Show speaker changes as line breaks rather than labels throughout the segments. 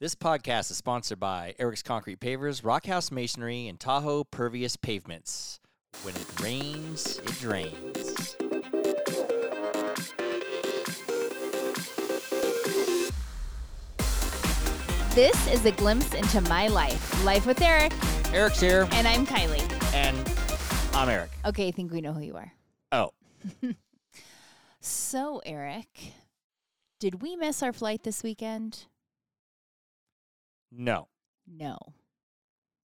This podcast is sponsored by Eric's Concrete Pavers, Rockhouse Masonry, and Tahoe Pervious Pavements. When it rains, it drains.
This is a glimpse into my life, life with Eric,
Eric's here,
and I'm Kylie.
and I'm Eric.
Okay, I think we know who you are.
Oh,
So, Eric, did we miss our flight this weekend?
no.
No.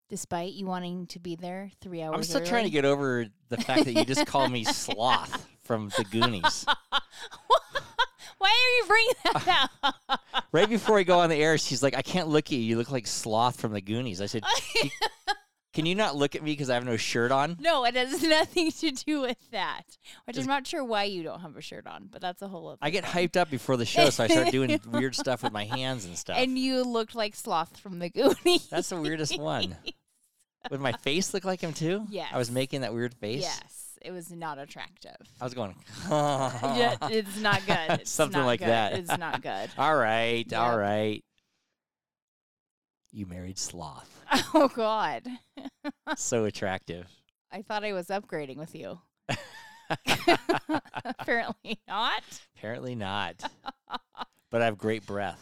Despite you wanting to be there three hours.
I'm still trying to get over the fact that you just called me sloth from the Goonies.
Why are you bringing that up?
Right before I go on the air, she's like, I can't look at you. You look like sloth from the Goonies. I said, "You- Can you not look at me because I have no shirt on?
no, it has nothing to do with that. Which
Just-
I'm not sure why you don't have a shirt on, but that's a whole other.
I get hyped up before the show, so I start doing weird stuff with my hands and stuff.
and you looked like Sloth from the Goonies.
That's the weirdest one. Would my face look like him too? I was
Yes.
making that weird face.
Yes, it was not attractive.
I was going.
yeah, it's not good. It's
Something
not
like
good.
that.
It's not good.
all right, all
Yep.
right. You married sloth.
oh God,
so attractive.
I thought I was upgrading with you. Apparently not.
Apparently not. But I have great breath.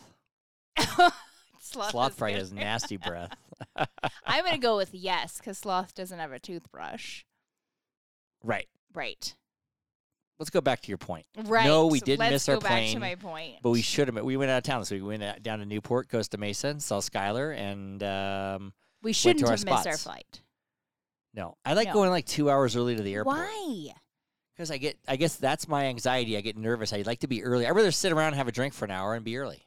Sloth,
sloth
is
probably
good.
has nasty breath.
I'm gonna go with yes because sloth doesn't have a toothbrush.
Right.
Right.
Let's go back to your point.
Right.
we did
Let's
miss our
go back
plane,
to my point.
But we should have. We went out of town, so we went out, down to Newport, Costa Mesa, and saw Skylar. And um,
we shouldn't
our
have missed our
spots.
flight.
no, I like
No.
going like two hours early to the airport.
Why?
Because I get, I guess that's my anxiety. I get nervous. I like to be early. I'd rather sit around and have a drink for an hour and be early.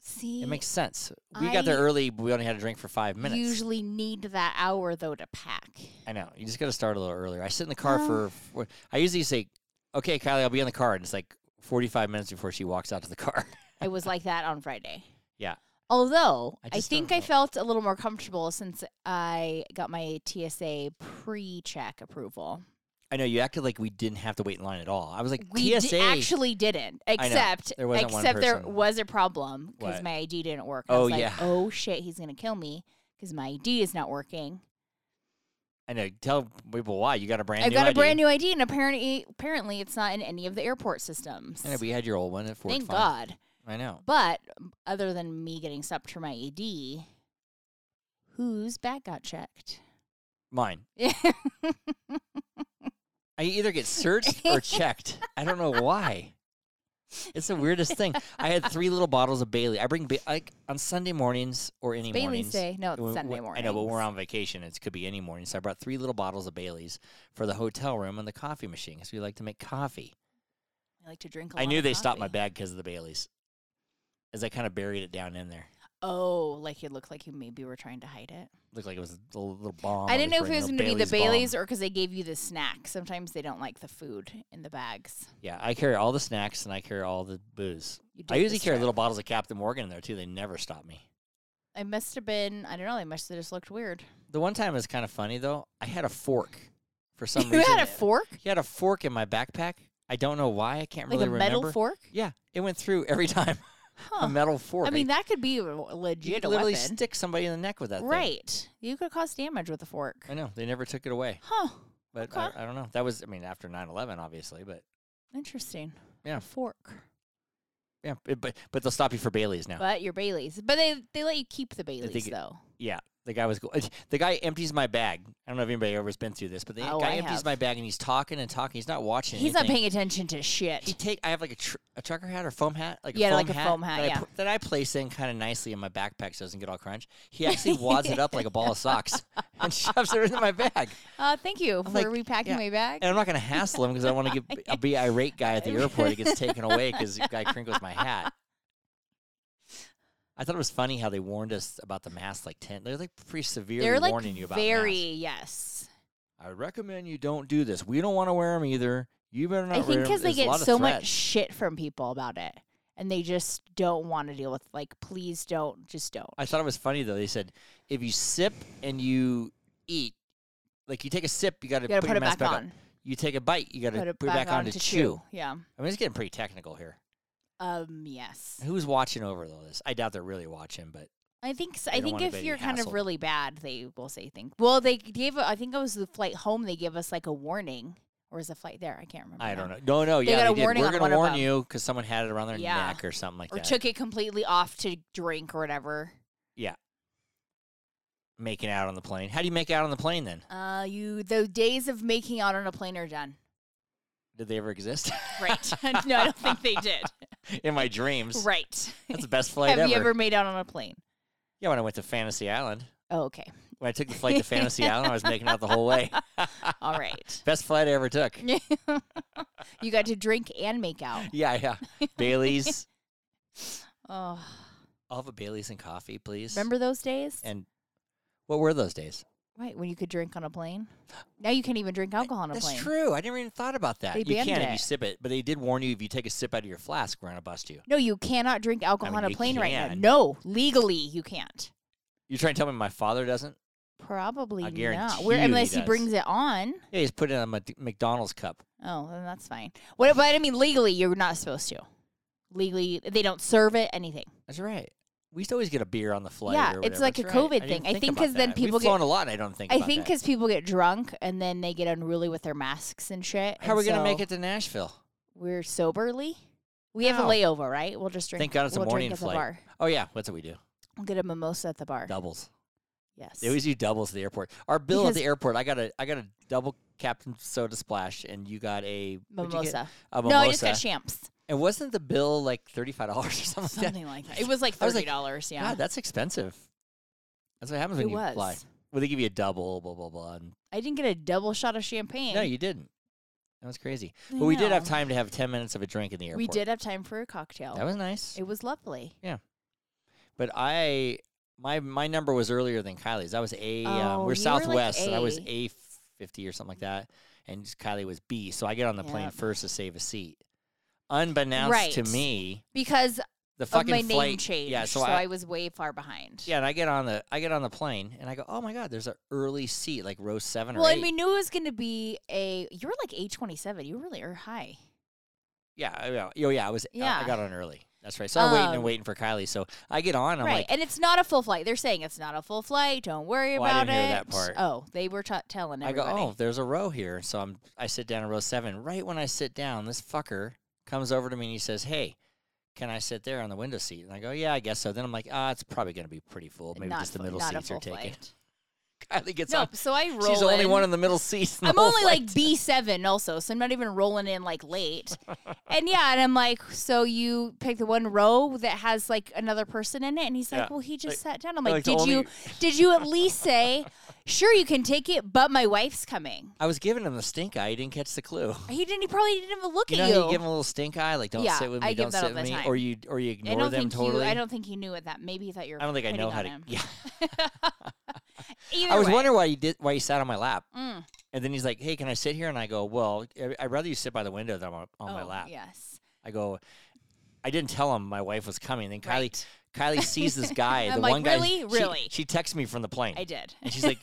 See,
It makes sense. We got there
I
early, but we only had a drink for five minutes.
usually need that hour though to pack.
I know. You just got to start a little earlier. I sit in the car
Well-
for, for- I usually say, okay, Kylie, I'll be in the car. And it's like 45 minutes before she walks out to the car.
it was like that on Friday.
Yeah.
Although
I
I,
just don't
think I
know.
felt a little more comfortable since I got my TSA pre-check approval.
I know you acted like we didn't have to wait in line at all. I was like,
We d-
TSA.
actually didn't, except
There wasn't one
except there
person.
was a problem because
What?
my ID didn't work. I
Oh,
was like,
yeah.
Oh shit, he's gonna kill me because my ID is not working.
I know. Tell people why. You got a brand
I've
new
got a
ID.
brand new ID, and apparently, apparently, it's not in any of the airport systems.
I know, but you had your old one. It worked
Thank
fine.
God.
I know.
But um, other than me getting stopped for my ID, whose back got checked?
Mine. I either get searched or checked. I don't know why. It's the weirdest thing. I had three little bottles of Bailey. I bring ba- like on Sunday mornings or any
Bailey's
mornings.
Day. No, it's
when-
Sunday
when-
morning.
I know, but we're on vacation. It could be any morning. So I brought three little bottles of Bailey's for the hotel room and the coffee machine because we like to make coffee.
I like to drink. I
I knew they stopped my bag because of the Bailey's, as I kind of buried it down in there.
Oh, like it looked like you maybe were trying to hide it.
Looked like it was a little, little bomb.
I didn't know if it
bringing
was
a
going to be the
bomb.
Baileys or because they gave you the snack. Sometimes they don't like the food in the bags.
Yeah, I carry all the snacks and I carry all the booze.
You
I
did
usually
this
carry
trip.
little bottles of Captain Morgan in there too. They never stop me.
I must have been. I don't know. They must have just looked weird.
The one time it was kind of funny though. I had a fork for some
you
reason.
had a fork,
You had a fork in my backpack. I don't know why. I can't
like
really
a metal
remember.
fork.
Yeah, it went through every time.
Huh.
A metal fork.
I mean,
I-
that could be a
you
legit
could literally
weapon.
stick somebody in the neck with that. thing.
right? You could cause damage with a fork.
I know they never took it away,
Huh.
but
Okay.
I, I don't know. That was, I mean, after 9-11, obviously, but
Interesting.
Yeah.
A fork.
yeah, it- but but they'll stop you for Bailey's now.
But your Baileys. But they they let you keep the Baileys
it-
though.
Yeah, the guy was go- uh, the guy empties my bag. I don't know if anybody ever's been through this, but the
Oh,
guy
I
empties
have.
my bag and he's talking and talking. He's not watching.
He's not
anything.
paying attention to shit.
He take. I have like a, tr- a trucker hat or foam hat, like a
Yeah,
foam
like a
hat,
foam hat,
that, I
yeah.
pu- that I place in kind of nicely in my backpack so it doesn't get all crunch. He actually wads it up like a ball of socks and shoves it into my bag.
Uh, thank you for
like,
repacking
yeah,
my bag.
And I'm not going to hassle him because I want to give a be irate guy at the airport. It gets taken away because the guy crinkles my hat. I thought it was funny how they warned us about the mask like ten. They're like pretty severely
They're like
warning you about
very
masks.
yes.
I would recommend you don't do this. We don't want to wear them either. You better not.
I think
because
because they get so much shit from people about it, and they just don't want to deal with like, please don't, just don't.
I thought it was funny though. They said if you sip and you eat, like you take a sip, you got to
You gotta put,
your
it
mask
back,
back
on.
You take a bite, you got to
Put it back, on, to chew. Yeah.
I mean, it's getting pretty technical here.
Um, yes.
Who's watching over all this? I doubt they're really watching, but
I think so.
They
I
don't
think
want
if
anybody
you're kind of
hassled.
really bad, they will say things. Well, they gave. I think it was the flight home. They gave us like a warning, or is the flight there? I can't remember.
I don't
now.
know. No, no,
They
yeah,
got a
they did.
warning
We're
on
gonna
one of
warn
them.
you because someone had it around their
Yeah.
neck or something like
Or
that,
took it completely off to drink or whatever.
making out on the plane. How do you make out on the plane then?
Uh, you the days of making out on a plane are done.
Did they ever exist?
Right? no, I don't think they did.
In my dreams,
Right?
that's the best flight
Have
ever.
you ever made out on a plane?
Yeah, when I went to Fantasy Island,
Oh, okay.
when I took the flight to Fantasy Island, I was making out the whole way.
All right.
Best flight I ever took.
you got to drink and make out.
Yeah, yeah. Bailey's.
Oh,
I'll have a Bailey's and coffee, please.
remember those days?
And what were those days?
Right, when you could drink on a plane. Now you can't even drink alcohol on a
That's
plane.
true. I never even thought about that.
They
you
banned
can if you
it.
sip it, but they did warn you if you take a sip out of your flask, we're gonna bust you.
No, you cannot drink alcohol
mean,
on a
you
plane right now.
can.
No, legally you can't.
You're trying to tell me my father doesn't?
Probably
I
not.
guarantee
Where
you he
unless he,
does.
brings it on.
Yeah, he's put it on a Mc- McDonald's cup.
Oh, then that's fine. What but I mean legally you're not supposed to. Legally they don't serve it anything.
That's right. We used to always get a beer on the flight.
Yeah,
or whatever.
it's like a
That's right.
COVID
didn't
thing. I think
about
'cause then
that.
people
We've flown a lot. and I don't think.
I
about
think
that.
because people get drunk and then they get unruly with their masks and shit.
how are
and
we gonna make
so
it to Nashville?
We're soberly. We have
How?
a layover, right? We'll just drink.
Thank God it's a
we'll
morning
drink at
flight.
the bar.
Oh yeah, that's what we do.
We'll get a mimosa at the bar.
Doubles.
Yes.
They always do doubles at the airport. Our bill at
Because-
the airport, I got a I got a double Captain Soda Splash, and you got a what'd you get?
mimosa.
A mimosa.
No, I just got champs.
and wasn't the bill like thirty five dollars or something? like that?
Something like that. It was like
I was like,
thirty dollars. Yeah,
God, that's expensive. That's what happens when
it
you
was.
fly. Well, they give you a double, blah blah blah. And
I didn't get a double shot of champagne.
no, you didn't. That was crazy.
I
But we did have
know.
time to have ten minutes of a drink in the airport.
We did have time for a cocktail.
That was nice.
it was lovely.
But I my my number was earlier than Kylie's. I was A.
Oh,
um,
you
we're
were like
Southwest, and I was
A.
A fifty or something like that, and Kylie was B. So I get on the plane
Yep.
first to save a seat. Unbeknownst to
Right.
me,
Because
the
of
fucking
my
flight.
name change,
yeah, so, I,
I, was way far behind.
yeah, and I get on the I get on the plane and I go, oh my god, there's an early seat, like row seven
Well,
or
and
eight.
we knew it was going to be a. You were like a twenty seven. You really are high.
yeah, I- yeah, oh yeah, I was yeah. I
Yeah.
got on early. That's right. So I'm waiting
Um,
and waiting for Kylie. So I get on. I'm
right,
like,
and it's not a full flight. They're saying it's not a full flight. Don't worry
Well, I
about
didn't hear
it.
that part.
Oh, they were t- telling
I go,
everybody.
oh, there's a row here. So I'm, I sit down in row seven. Right when I sit down, this fucker comes over to me and he says, hey, can I sit there on the window seat? And I go, yeah, I guess so. Then I'm like, ah, it's probably going to be pretty full. Maybe
not
just the
fu-
middle
not a
seats are
full
taken.
flight.
Kylie gets on.
Nope. So I roll.
She's the only
in.
one in the middle seats. in the
I'm
whole
only like
flight.
B seven also, so I'm not even rolling in like late. and yeah, and I'm like, so you pick the one row that has like another person in it, and he's like,
Yeah.
well, he just sat down. I'm
Like
like,
the
did you
only-
did you at least say, sure you can take it, but my wife's coming?
I was giving him the stink eye. He didn't catch the clue.
He didn't. He probably didn't even look
You know,
at
how
you.
you give him a little stink eye, like don't
Yeah,
sit with me,
I give
don't
that
sit
all
with
the
me,
time.
or you or you
I
ignore
don't
them
think
totally.
you. I don't think he knew at that. Maybe he thought you were.
I don't think I
hitting
know
on
how to.
him.
Yeah,
Either
I was
way.
wondering why you did why you sat on my lap.
Mm.
And then he's like, "Hey, can I sit here?" And I go, "Well, I- I'd rather you sit by the window than on, on my
Oh,
lap."
Yes.
I go, "I didn't tell him my wife was coming." Then Kylie,
Right.
Kylie sees this guy.
I'm
the
like,
one guy,
"Really?
she-
Really?"
She, texts me from the plane,
I did.
and she's like,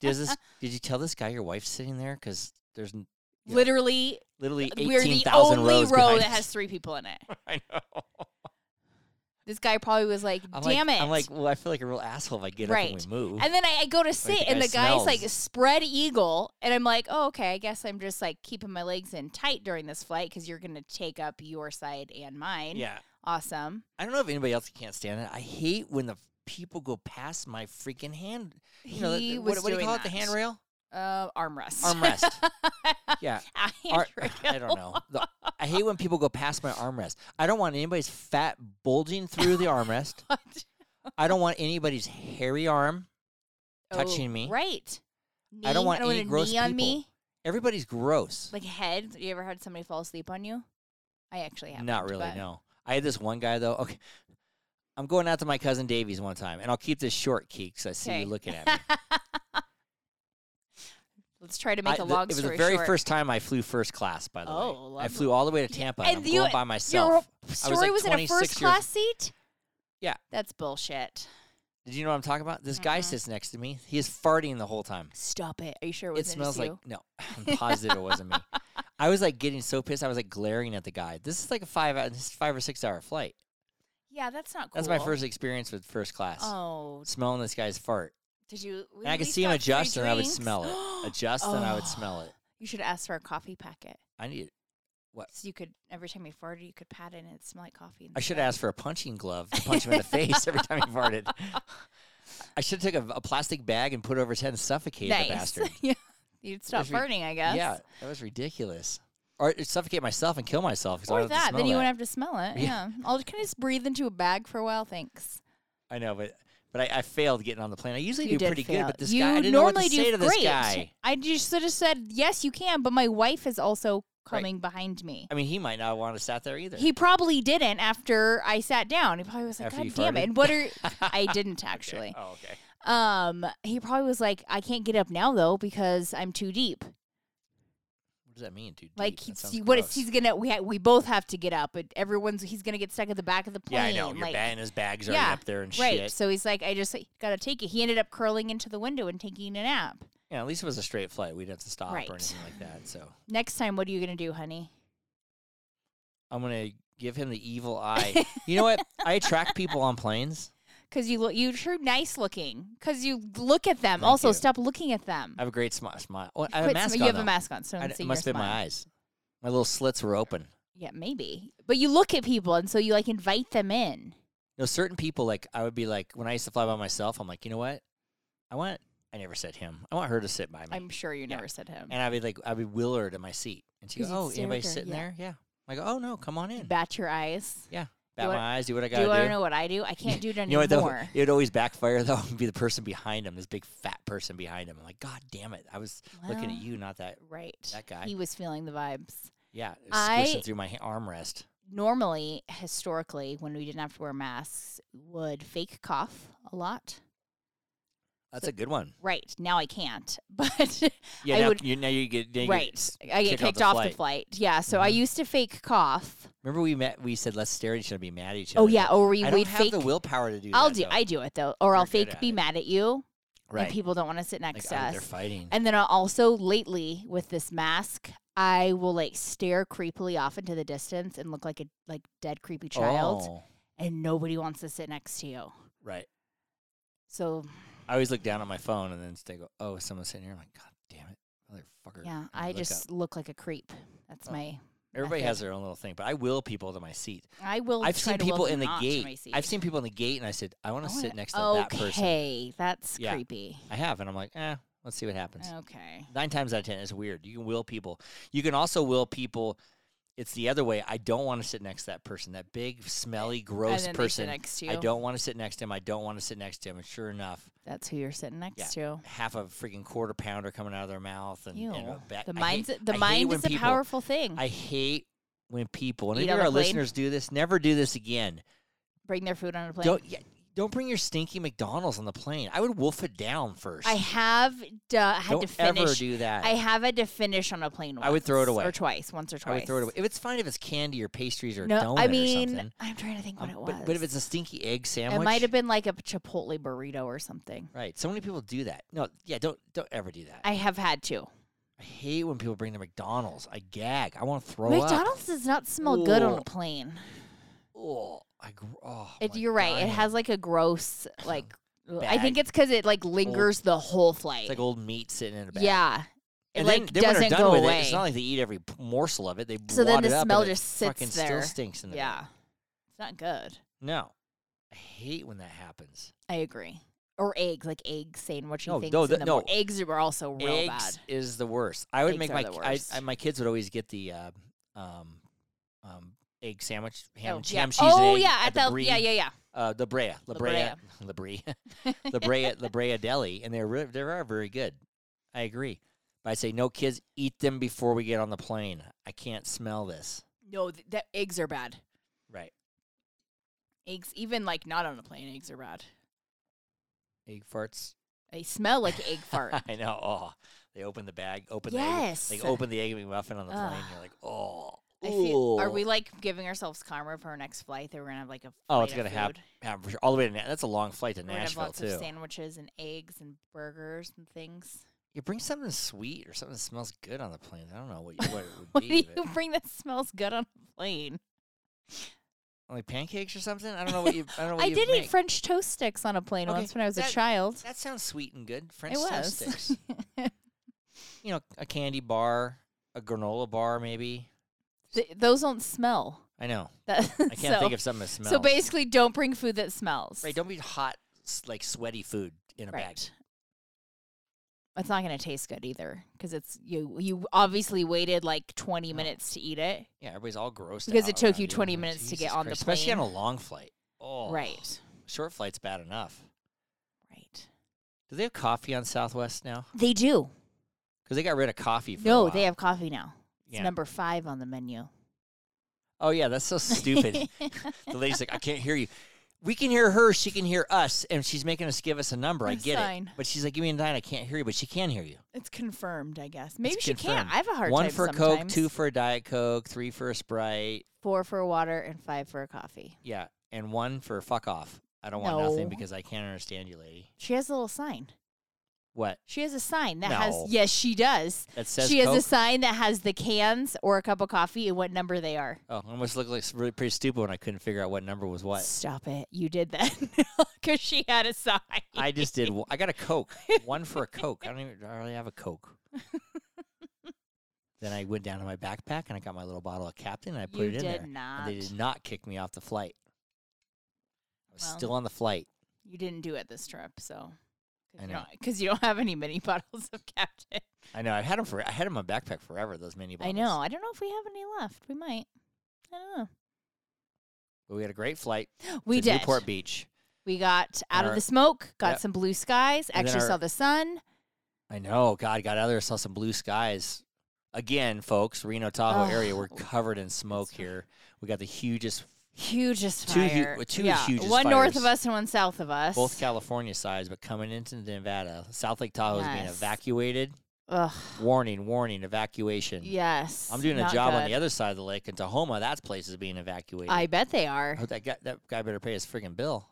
"Does this? Did you tell this guy your wife's sitting there? Because there's n- Yeah.
Literally,
literally
we're
eighteen
the
thousand
only
rows
row
behind
that
us."
has three people in it.
I know.
This guy probably was like,
I'm
"Damn
like,
it!"
I'm like, well, I feel like a real asshole if I get up
Right.
and we move.
and then I, I go to sit,
the
and
guy
the guy's like
smells.
spread eagle, and I'm like, "Oh, okay. I guess I'm just like keeping my legs in tight during this flight because you're gonna take up your side and mine.
yeah,
awesome.
I don't know if anybody else can't stand it. I hate when the people go past my freaking hand. You know, the-
He
the-
was
what, what do you
doing
call it?
that.
The handrail,
Uh, armrest.
armrest. yeah, Ar- I
Andrea.
don't know. The- I hate when people go past my armrest. I don't want anybody's fat bulging through the armrest.
What?
I don't want anybody's hairy arm. Touching me.
Oh, Right. Knee?
I don't want any
a
gross
knee on
people.
me.
Everybody's gross.
Like head. You ever had somebody fall asleep on you? I actually have
Not really. No. I had this one guy though. Okay, I'm going out to my cousin Davies one time, and I'll keep this short, Keeks. I see
Okay.
you looking at me.
Let's try to
I-
make a
the-
long
it was the
story
very
short.
first time I flew first class. By the
Oh,
way, I
lovely.
flew all the way to Tampa, and,
And
I'm
you-
going by myself.
Your
I was
story
like
was, in a
26
first
years-
class seat?
Yeah.
That's bullshit.
Did you know what I'm talking about? This guy
Mhm.
sits next to me. He is farting the whole time.
Stop it. Are you sure it
It
wasn't
smells
just
like
you?
no. I'm positive it wasn't me. I was like getting so pissed. I was like glaring at the guy. This is like a five out, this is five or six hour flight.
Yeah, that's not cool.
That's my first experience with first class.
Oh,
Smelling this guy's fart,
did you? we
and I
at
could
least
see him
got free
adjust, and I would
drinks.
smell it. Adjust, and I would smell it.
You should ask for a coffee packet.
I need.
Oh. So you could every time you farted, you could pat it and it smell like coffee. and
I should
stuff.
ask for a punching glove to punch him in the face every time he farted. I should have took a, a plastic bag and put it over his head and suffocated
nice.
the bastard.
yeah, you'd stop
There's
farting, I guess.
Yeah, that was ridiculous. Or uh, suffocate myself and kill myself because I
Or
don't have
that,
to
then
smell
you
that.
wouldn't have to smell it.
Yeah.
Yeah. I'll can I just breathe into a bag for a while, thanks.
I know, but but I, I failed getting on the plane. I usually
You
do
did
pretty
fail.
good, but this
you
guy I didn't know what
normally
to
do
say to
great.
this guy.
I just should have said yes, you can, but my wife is also
Right.
coming behind me.
I mean, he might not want to sat there either.
He probably didn't after I sat down. He probably was like,
After you
God damn
farted?
it. And what are I didn't actually.
Okay. Oh, okay.
Um he probably was like, I can't get up now though because I'm too deep.
What does that mean, dude?
Like
Deep. That
he's,
sounds
he- what is
gross.
he's gonna we ha- we both have to get up, but everyone's he's gonna get stuck at the back of the plane.
Yeah, I know. Your
like,
ba- and his bag's already
Yeah,
up there and
Right.
shit.
So he's like, I just gotta take it. He ended up curling into the window and taking a nap.
Yeah, at least it was a straight flight. We'd have to stop
Right.
or anything like that. So
Next time, what are you gonna do, honey?
I'm gonna give him the evil eye. you know what? I attract people on planes.
Because you look, you sure nice looking. Because you look at them.
Thank
also,
you.
stop looking at them.
I have a great smi- smile. Oh, I have a
Quit sm-
mask
you
on.
have
though.
a mask on, so
I
I'm
d- it
seeing
must
your
have been my
smile.
eyes. My little slits were open.
Yeah, maybe. But you look at people, and so you like invite them in.
No, certain people like I would be like when I used to fly by myself, I'm like, you know what? I want I never said him. I want her to sit by me.
I'm sure you
Yeah.
never said him.
and I'd be like I'd be will her to my seat. And she goes,
'Cause you'd
Oh,
stare at
anybody
her,
sitting
yeah.
there? Yeah. I go, Oh no, come on in. Bat,
Bat your eyes.
my
wanna-
eyes, do what I
do you want
gotta
to
do.
know what I do? I can't do it
You know
anymore.
what though? It would always backfire though and be the person behind him, this big fat person behind him. I'm like, God damn it. I was looking
Well,
at you, not that
Right.
that guy.
He was feeling the vibes.
yeah, it was squishing
I-
through my ha- armrest.
normally, historically, when we didn't have to wear masks, would fake cough a lot.
That's a good one.
Right now, I can't, but
Yeah,
I
now,
would-
you, now you get now you get
right, I get
kick out
kicked
the
off
flight.
the flight. Yeah, so I
Mhm.
used to fake cough.
Remember we met we said let's stare at each other and be mad at each other.
Oh yeah, or we
I
would
don't have
fake.
the willpower to do
I'll
that.
do.
though.
I do it though, or
You're
I'll
good
fake
at
be
it.
mad at you,
right.
and people don't want to sit next
like
to
out
us.
there fighting.
And then I'll also lately with this mask, I will like stare creepily off into the distance and look like a like dead creepy child,
Oh,
and nobody wants to sit next to you.
right.
So
I always look down at my phone and then they go, "Oh, someone's sitting here." I'm like, "God damn it, motherfucker!"
Yeah,
And
I
look
just
up.
look like a creep. That's
Oh.
my.
everybody
method.
has their own little thing, but I will people to my seat.
I will.
I've
try
seen
to will
people in the
not to my
gate.
seat.
I've seen people in the gate, and I said, "I want
I
to
wanna-
sit next to that person."
Okay, that's
Yeah.
creepy.
I have, and I'm like, "Eh, let's see what happens."
Oh. Okay.
Nine times out of ten, it's weird. You can will people. You can also will people. It's the other way. I don't want to sit next to that person. That big, smelly, gross
and then
person.
They sit next to you.
I don't want to sit next to him. I don't want to sit next to him. And sure enough,
That's who you're sitting next to.
half a freaking quarter pounder coming out of their mouth and,
Ew.
and a back.
the
I
mind's
hate- I
the
hate
mind
when
is a
people-
powerful thing.
I hate when people and
Eat
if
on
our
the plane?
listeners do this, never do this again.
Bring their food on a plate.
Don't yeah, don't bring your stinky McDonald's on the plane. I would wolf it down first.
I have d- had
don't
to finish.
ever do that.
I have had to finish on a plane. Once,
I would throw it away.
or twice, once or
I
twice.
would throw it away. If it's fine if it's candy or pastries or
No,
donut
I
or
mean,
something.
I'm trying to think what
Um,
it was.
but, but if it's a stinky egg
it
sandwich,
might have been like a Chipotle burrito or something.
right. So many people do that. No, yeah, don't don't ever do that. I,
I have had to.
hate when people bring their McDonald's. I gag. I want to throw up.
McDonald's does not smell good on
Ooh.
a plane.
Oh, I gr- oh,
It,
my
you're right. It
God.
has like a gross like. ugh, I think
Bag.
it's because it like lingers the whole flight.
It's like old meat sitting in a bag.
yeah, it
and
like
then, then
doesn't
when they're done
go
with
away.
It, it's not like they eat every p- morsel of it. They
So then
wad
the
it up and
smell
it
just sits
fucking Still
there.
stinks in the
yeah,
Bag.
it's not good.
No, I hate when that happens.
I agree. Or eggs, like egg sandwichy
No,
things.
no,
in
th-
the mor-
no.
eggs were also real
Eggs
bad.
is the worst. I would
Eggs
make
are
my
the
ki- I,
worst.
I, my kids would always get the uh, um, um, egg sandwich, ham,
oh,
and che-
yeah.
ham cheese. and
oh
egg
yeah,
at
at
the,
the,
Bree,
yeah, yeah, yeah.
Uh, La Brea, La
La
Brea, La Brea, La Brea, La Brea Deli, and they're re- they are very good. I agree. But I say no kids eat them before we get on the plane. I can't smell this.
No, th- that eggs are bad.
Right.
Eggs, even like not on a plane, eggs are bad.
Egg farts.
They smell like egg fart.
I know. Oh, they open the bag. Open
yes.
the egg. They open the egg muffin on the plane.
Ugh.
You're like, oh.
I feel, are
ooh.
we like giving ourselves karma for our next flight that we're gonna have like a
Oh, it's
flight of
gonna hap-
food?
Yeah, for sure. All the way to Na- that's a long flight to
We're gonna have
Nashville
lots of
too.
sandwiches and eggs and burgers and things.
You bring something sweet or something that smells good on the plane. I don't know what, you, what it would
What do
be.
you
but-
bring that smells good on a plane?
like pancakes or something. I don't know what you. I don't know. What
I
you
did
make.
eat French toast sticks on a plane
Okay,
once when I was
that-
a child.
That sounds sweet and good. French
It was.
toast sticks. you know, a candy bar, a granola bar, maybe.
Th- those don't smell.
I know.
That,
I can't
so,
think of something that smells.
So basically, don't bring food that smells.
right, don't be hot, s- like sweaty food in a bag.
Right. It's not going to taste good either because it's you. You obviously waited like 20
No.
minutes to eat it,
Yeah, everybody's all grossed
Because
out
it took
around
you
and
20
I'm like,
minutes to get
"Jesus
on the
Christ," especially on a long flight. Oh,
right?
Short flight's bad enough.
Right.
Do they have coffee on Southwest now?
They do.
Because they got rid of coffee. For a
No,
while.
they have coffee now. It's
Yeah.
number five on the menu.
Oh yeah, that's so stupid. the lady's like, I can't hear you. We can hear her. She can hear us, and she's making us give us a number. I
That's
get
fine.
it, but she's like, give me a nine. I can't hear you, but she can hear you.
It's confirmed, I guess. Maybe she
confirmed.
can't. I have a hard
One
time.
for a
sometimes.
Coke, two for a Diet Coke, three for a Sprite.
four for water, and five for a coffee.
Yeah, and one for fuck off. I don't want nothing
No.
because I can't understand you, lady.
She has a little sign.
What
She has a sign that has.
No.
Yes, she does.
that says?
she has
Coke?
a sign that has the cans or a cup of coffee and what number they are.
Oh, I almost looked like s- really pretty stupid when I couldn't figure out what number was what.
Stop it. You did that because she had a sign.
I just did. w- I got a Coke. One for a Coke. I don't even I really have a Coke. then I went down to my backpack and I got my little bottle of Captain and I put
you
it in
did
there.
not.
And they did not kick me off the flight. I was
Well.
still on the flight.
You didn't do it this trip, so.
I know.
Because you don't have any mini bottles of Captain.
I know. I've had them for. I had 'em in my backpack forever. Those mini
I
bottles.
know. I don't know if we have any left. We might. I don't know.
But we had a great flight.
We
to
did.
Newport Beach.
We got out
And
of
our-
the smoke, got
Yep.
some blue skies,
And then
actually
our-
saw the sun.
I know. God, got out there, saw some blue skies. Again, folks, Reno Tahoe
Ugh.
area. We're covered in smoke here. We got the hugest
Hugest
Two hu-
fire.
uh, two
yeah.
hugest
One north of
fires.
us and one south of us.
both California sides, but coming into Nevada, South Lake Tahoe is being
Yes.
evacuated.
Ugh.
Warning, warning, evacuation.
Yes.
I'm doing a
not
job on
good.
the other side of the lake in Tahoma. That place is being evacuated.
I bet they
I
are.
hope that guy, that guy better pay his friggin' bill.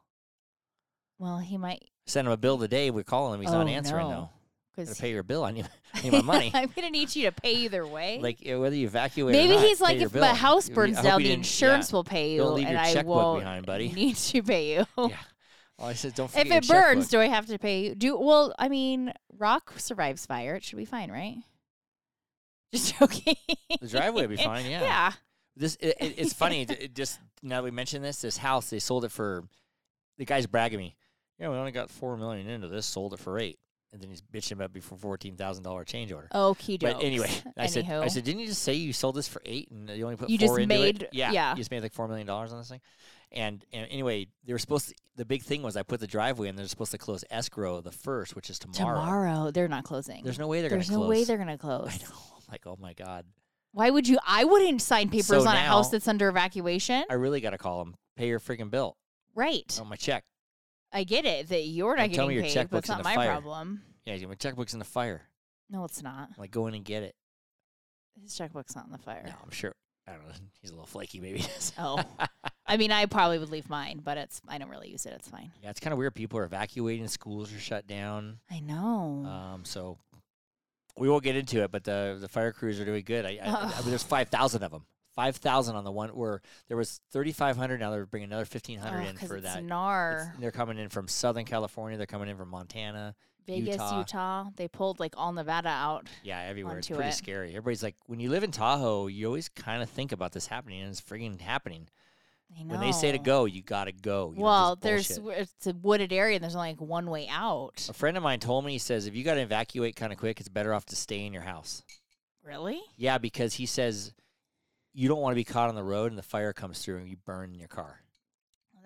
Well, he might
Send him a bill today. We're calling him. He's not
Oh,
answering
no.
though. Gotta
because
pay your bill. I need, I need my money.
I'm gonna need you to pay either way.
like uh, whether you evacuate.
maybe
or not,
he's
pay
like,
your
if
bill.
my house
You- I
burns
hope
down,
you
the
didn't-
insurance
yeah.
will pay you,
Don't leave
and
your
I
checkbook
won't
behind, buddy.
need to pay you.
Yeah. Well, I said, don't
if
forget
it
your
burns,
checkbook.
do I have to pay you? Do well? I mean, rock survives fire; it should be fine, right? Just joking.
the driveway will be fine. Yeah.
yeah.
This it, it, it's funny. it, it just now that we mentioned this, this house they sold it for. The guy's bragging me. Yeah, we only got four million into this. Sold it for eight, and then he's bitching about before fourteen thousand dollar change order.
Okie dokes.
But anyway, I said, I
Anywho.
said, didn't you just say you sold this for eight and you only put
You
four
just
into
made-
it? Yeah,
yeah.
you just made like four million dollars on this thing. And, and anyway, they were supposed to. The big thing was I put the driveway in. They're supposed to close escrow the first, which is tomorrow.
tomorrow they're not closing.
There's no way they're
There's
gonna
no
close.
way they're gonna close.
I know. I'm like, oh my god,
Why would you? I wouldn't sign papers
So
on a house
now-
that's under evacuation.
I really gotta call them. Pay your freaking bill
right.
on my check.
I get it that you're not
Don't tell
getting
me your
paid, but
checkbook's
it's
in
not
the
my
fire.
problem.
Yeah, my checkbook's in the fire.
No, it's not.
Like, go in and get it.
His checkbook's not in the fire.
No, I'm sure. I don't know. He's a little flaky, maybe. yeah,
Oh, I mean, I probably would leave mine, but it's I don't really use it. It's fine.
it's kind of weird. People are evacuating. Schools are shut down.
I know.
Um, so we won't get into it, but the the fire crews are doing good. I, I, I
Ugh.
mean, there's five thousand of them. Five thousand on the one where there was thirty five hundred. Now they're bringing another fifteen hundred Uh, in for
it's
that. It's-
NAR,
they're coming in from Southern California. They're coming in from Montana.
Vegas,
Utah.
Utah. They pulled like all Nevada out.
Yeah, everywhere. It's
Onto
pretty
it.
scary. Everybody's like, when you live in Tahoe, you always kind of think about this happening, and it's frigging happening.
I know.
When they say to go, you gotta go. You don't
well,
just
there's
bullshit.
w- it's a wooded area, and there's only like one way out.
a friend of mine told me. He says if you gotta evacuate kind of quick, it's better off to stay in your house.
Really?
Yeah, because he says you don't want to be caught on the road and the fire comes through and you burn in your car.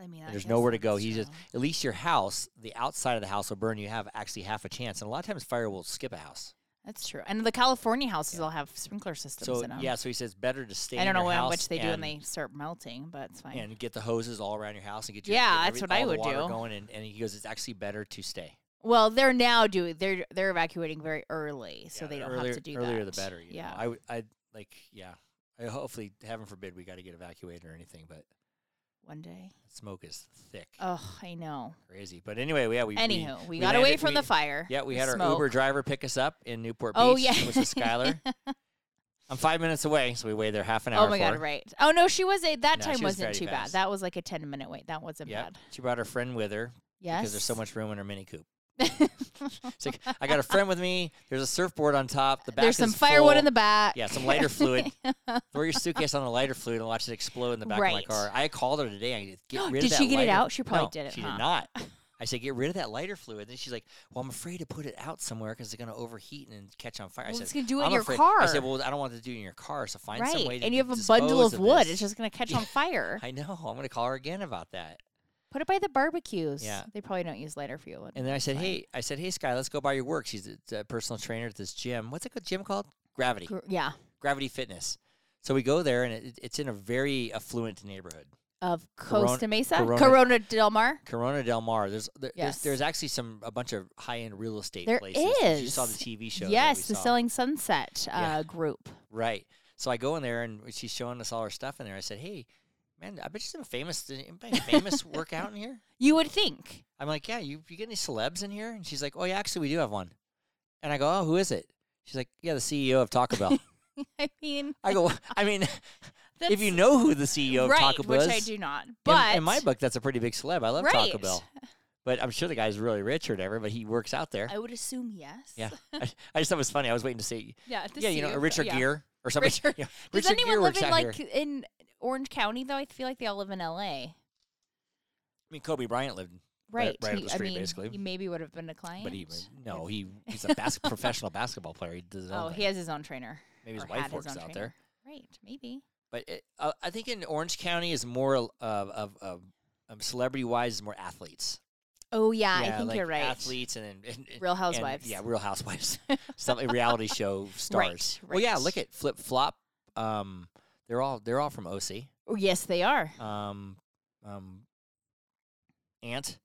I mean, I
And there's
guess
nowhere to go.
that's
He just
true.
at least your house, the outside of the house will burn. You have actually half a chance, and a lot of times fire will skip a house.
That's true. And the California houses all have sprinkler systems
So
in them.
yeah, so he says better to stay.
I
in
don't know
your
when,
house
which they do
and,
when they start melting, but it's fine.
and get the hoses all around your house and get your
Yeah,
get
that's
every-
what I
all the
would
water
do.
going. And, and he goes, it's actually better to stay.
Well, they're now doing they're they're evacuating very early, so
Yeah,
they don't
earlier,
have to do
earlier
that.
the better. you know.
yeah.
I would I like yeah. I hopefully, heaven forbid, we got to get evacuated or anything, but
one day.
Smoke is thick,
Oh, I know.
crazy. But anyway, yeah, we. we-
Anywho, we, got away
landed-
from
we-
the fire.
Yeah, we had our
smoke.
Uber driver pick us up in Newport Beach,
Oh, yeah.
which is Skylar. I'm five minutes away, so we waited there half an hour.
Oh my
for
god,
her.
right. Oh no, she was a that
No,
time
she was very
wasn't too
fast.
bad. That was like a 10 minute wait. That wasn't
Yep.
bad.
She brought her friend with her
Yes.
because there's so much room in her mini coupe. It's like I got a friend with me. There's a surfboard on top. The back
there's some
is
firewood
full.
in the back.
Yeah, some lighter fluid. Throw your suitcase on the lighter fluid and watch it explode in the back
Right.
of my car. I called her today. I get rid of
Did
that
she get it
lighter-
out? She probably
No,
didn't,
She
huh?
did not. I said, get rid of that lighter fluid. Then she's like, well, I'm afraid to put it out somewhere because it's going to overheat and catch on fire.
Well,
I
it's
said,
gonna do it in
I'm
your
afraid-
car.
I said, well, I don't want to do it in your car, so find some way
right.
to
And you have a
dispose
bundle of
of
wood.
this."
It's just gonna catch
Yeah.
on fire.
I know. I'm going to call her again about that.
Put it by the barbecues.
Yeah.
They probably don't use lighter fuel.
And then I said,
Fine.
hey, I said, hey, Sky, let's go by your work. She's a, a personal trainer at this gym. What's it good gym called? Gravity.
Gr- yeah.
Gravity Fitness. So we go there, and it, it's in a very affluent neighborhood.
Of
Corona-
Costa Mesa,
Corona-
Corona Del Mar.
Corona Del Mar. There's there,
Yes.
there's, there's actually some a bunch of high end real estate
There
places. You saw the
is.
TV show. that we
yes, the
saw.
Selling Sunset uh,
Yeah.
group.
Right. So I go in there and she's showing us all her stuff in there. I said, "Hey, man, I bet you some famous did anybody famous work out in here."
You would think.
I'm like, "Yeah, you you get any celebs in here?" And she's like, "Oh yeah, actually we do have one." And I go, "Oh, who is it?" She's like, "Yeah, the CEO of Taco Bell."
I mean,
I go, "I mean,
that's
if you know who the CEO
right,
of Taco Bell
which
is,
I do not.
in-
But
in, my book, that's a pretty big celeb. I love Taco
Right.
Bell." But I'm sure the guy's really rich or whatever. But he works out there.
I would assume yes.
Yeah. I, I just thought it was funny. I was waiting to see.
Yeah. the
yeah, you know,
CEO,
a Richard
yeah.
Gere or something.
Richard-
yeah,
Does
Richard
anyone
Gere
live
works
in
out
like
here.
in Orange County though? I feel like they all live in L.A.
I mean, Kobe Bryant lived,
Right.
Right- right up
he,
the street,
I mean,
basically.
He maybe would have been a client.
but he no, he he's a bas- professional basketball player. He does his own
Oh,
thing.
he has his own trainer.
Maybe his
or
wife
had
works
own
out there.
trainer. Right. Maybe.
But it, uh, I think in Orange County is more of of, of um, celebrity wise is more athletes.
Oh yeah, I
Yeah,
think
like
you're right.
Athletes and, then- and, and
Real
and-
Housewives.
yeah, Real Housewives. Some reality show stars. Well, yeah,
right.
look at Flip Flop. Um, they're all they're all from OC.
Oh, yes, they are.
Um, um, Ant.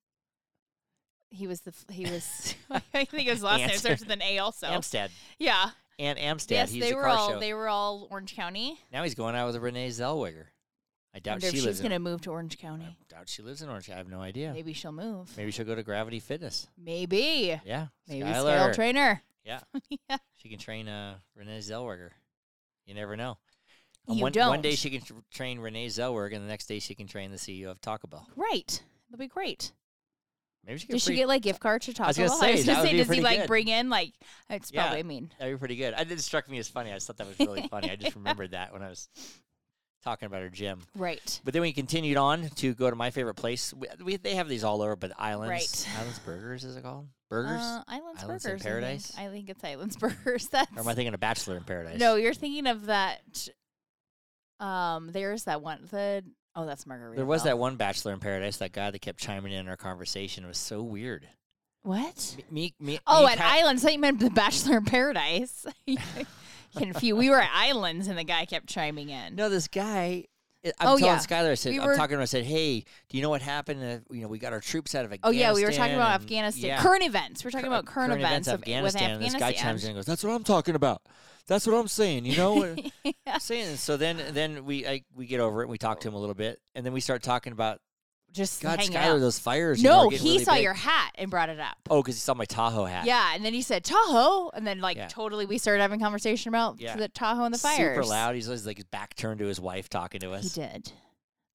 He was the. f- He was. I think his last name
Ants.
starts with an A. Also.
Amstead.
Yeah.
And Amstead.
yes,
he's
they
a
were
car
all.
show.
They were all Orange County.
now he's going out with Renee Zellweger. I doubt
Wonder if
she
she's
lives.
going
in,
to move to Orange
I
County.
doubt she lives in Orange. I have no idea. Maybe,
Maybe she'll move.
she'll go to Gravity Fitness.
Maybe.
Yeah.
Maybe
Skylar.
scale trainer.
Yeah.
yeah.
She can train uh, Renee Zellweger. You never know. And
You
one,
don't.
one day she can tr- train Renee Zellweger, and the next day she can train the CEO of Taco Bell.
Great. That'd be great.
Maybe she can.
Does she get like gift cards to Taco
was gonna
Bell?
say,
I was gonna
that would
say,
be
does he
pretty
like
good.
bring in like? It's
Yeah.
probably mean.
That'd be pretty good. I, it struck me as funny. I just thought that was really funny. I just remembered that when I was talking about her gym.
Right.
But then we continued on to go to my favorite place. We, we they have these all over, but Islands,
Right.
Islands Burgers is it called? Burgers,
Uh,
Islands
Islands,
in
Burgers. I think.
Paradise?
I think. it's Islands Burgers. That's
or am I thinking of Bachelor in Paradise?
no. You're thinking of that. Um. There's that one. The oh, that's Margarita.
there was that one Bachelor in Paradise. That guy that kept chiming in our conversation It was so weird.
What?
Me, me, me
Oh,
me
at
Pat-
Islands. I thought you meant the Bachelor in Paradise. Confused. We were at Islands, and the guy kept chiming in.
No, this guy. I- I'm
Oh,
telling
yeah.
Skylar. I said,
We
I'm
were-
talking to him. I said, "Hey, do you know what happened? Uh, you know, we got our troops out of
Oh
Afghanistan."
yeah, we were talking about
and-
Afghanistan.
yeah.
Current events. We're talking
Cur-
about current, events, of,
Afghanistan.
With
and this
Afghanistan.
guy chimes in and goes, "That's what I'm talking about. That's what I'm saying. You know, what I'm saying." And so then, then we I, we get over it. and We talk to him a little bit, and then we start talking about
Just
God,
hanging
Skylar,
out.
those fires. you know, are
No,
getting
he
really
saw
big."
your hat and brought it up.
Oh, because he saw my Tahoe hat.
Yeah, and then he said Tahoe, and then like
Yeah.
totally we started having conversation about
Yeah.
the Tahoe and the fires.
Super loud. He's always like his back turned to his wife talking to
He
us.
did,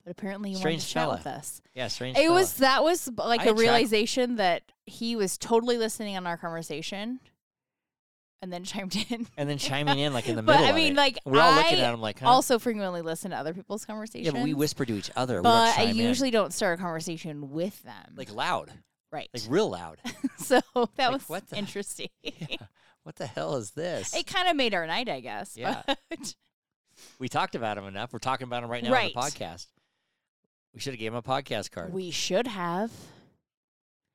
but apparently he
Strange
wanted to chat
fella.
with us.
Yeah, strange.
It
fella.
was that was b- like
I
a
had track-
realization that he was totally listening on our conversation, and then chimed in.
and then chiming in like in the
But,
middle.
I
of
mean,
it.
like,
we're all looking
I
at him like, huh?
Also, frequently listen to other people's conversations.
yeah, but we whisper to each other.
but I
we don't chime in.
usually don't start a conversation with them.
like loud,
right.
like real loud.
so that
like,
was
what the-
interesting.
Yeah. What the hell is this?
It kind of made our night, I guess.
Yeah.
But
we talked about him enough. We're talking about him right now
Right.
on the podcast. We should have gave him a podcast card.
we should have.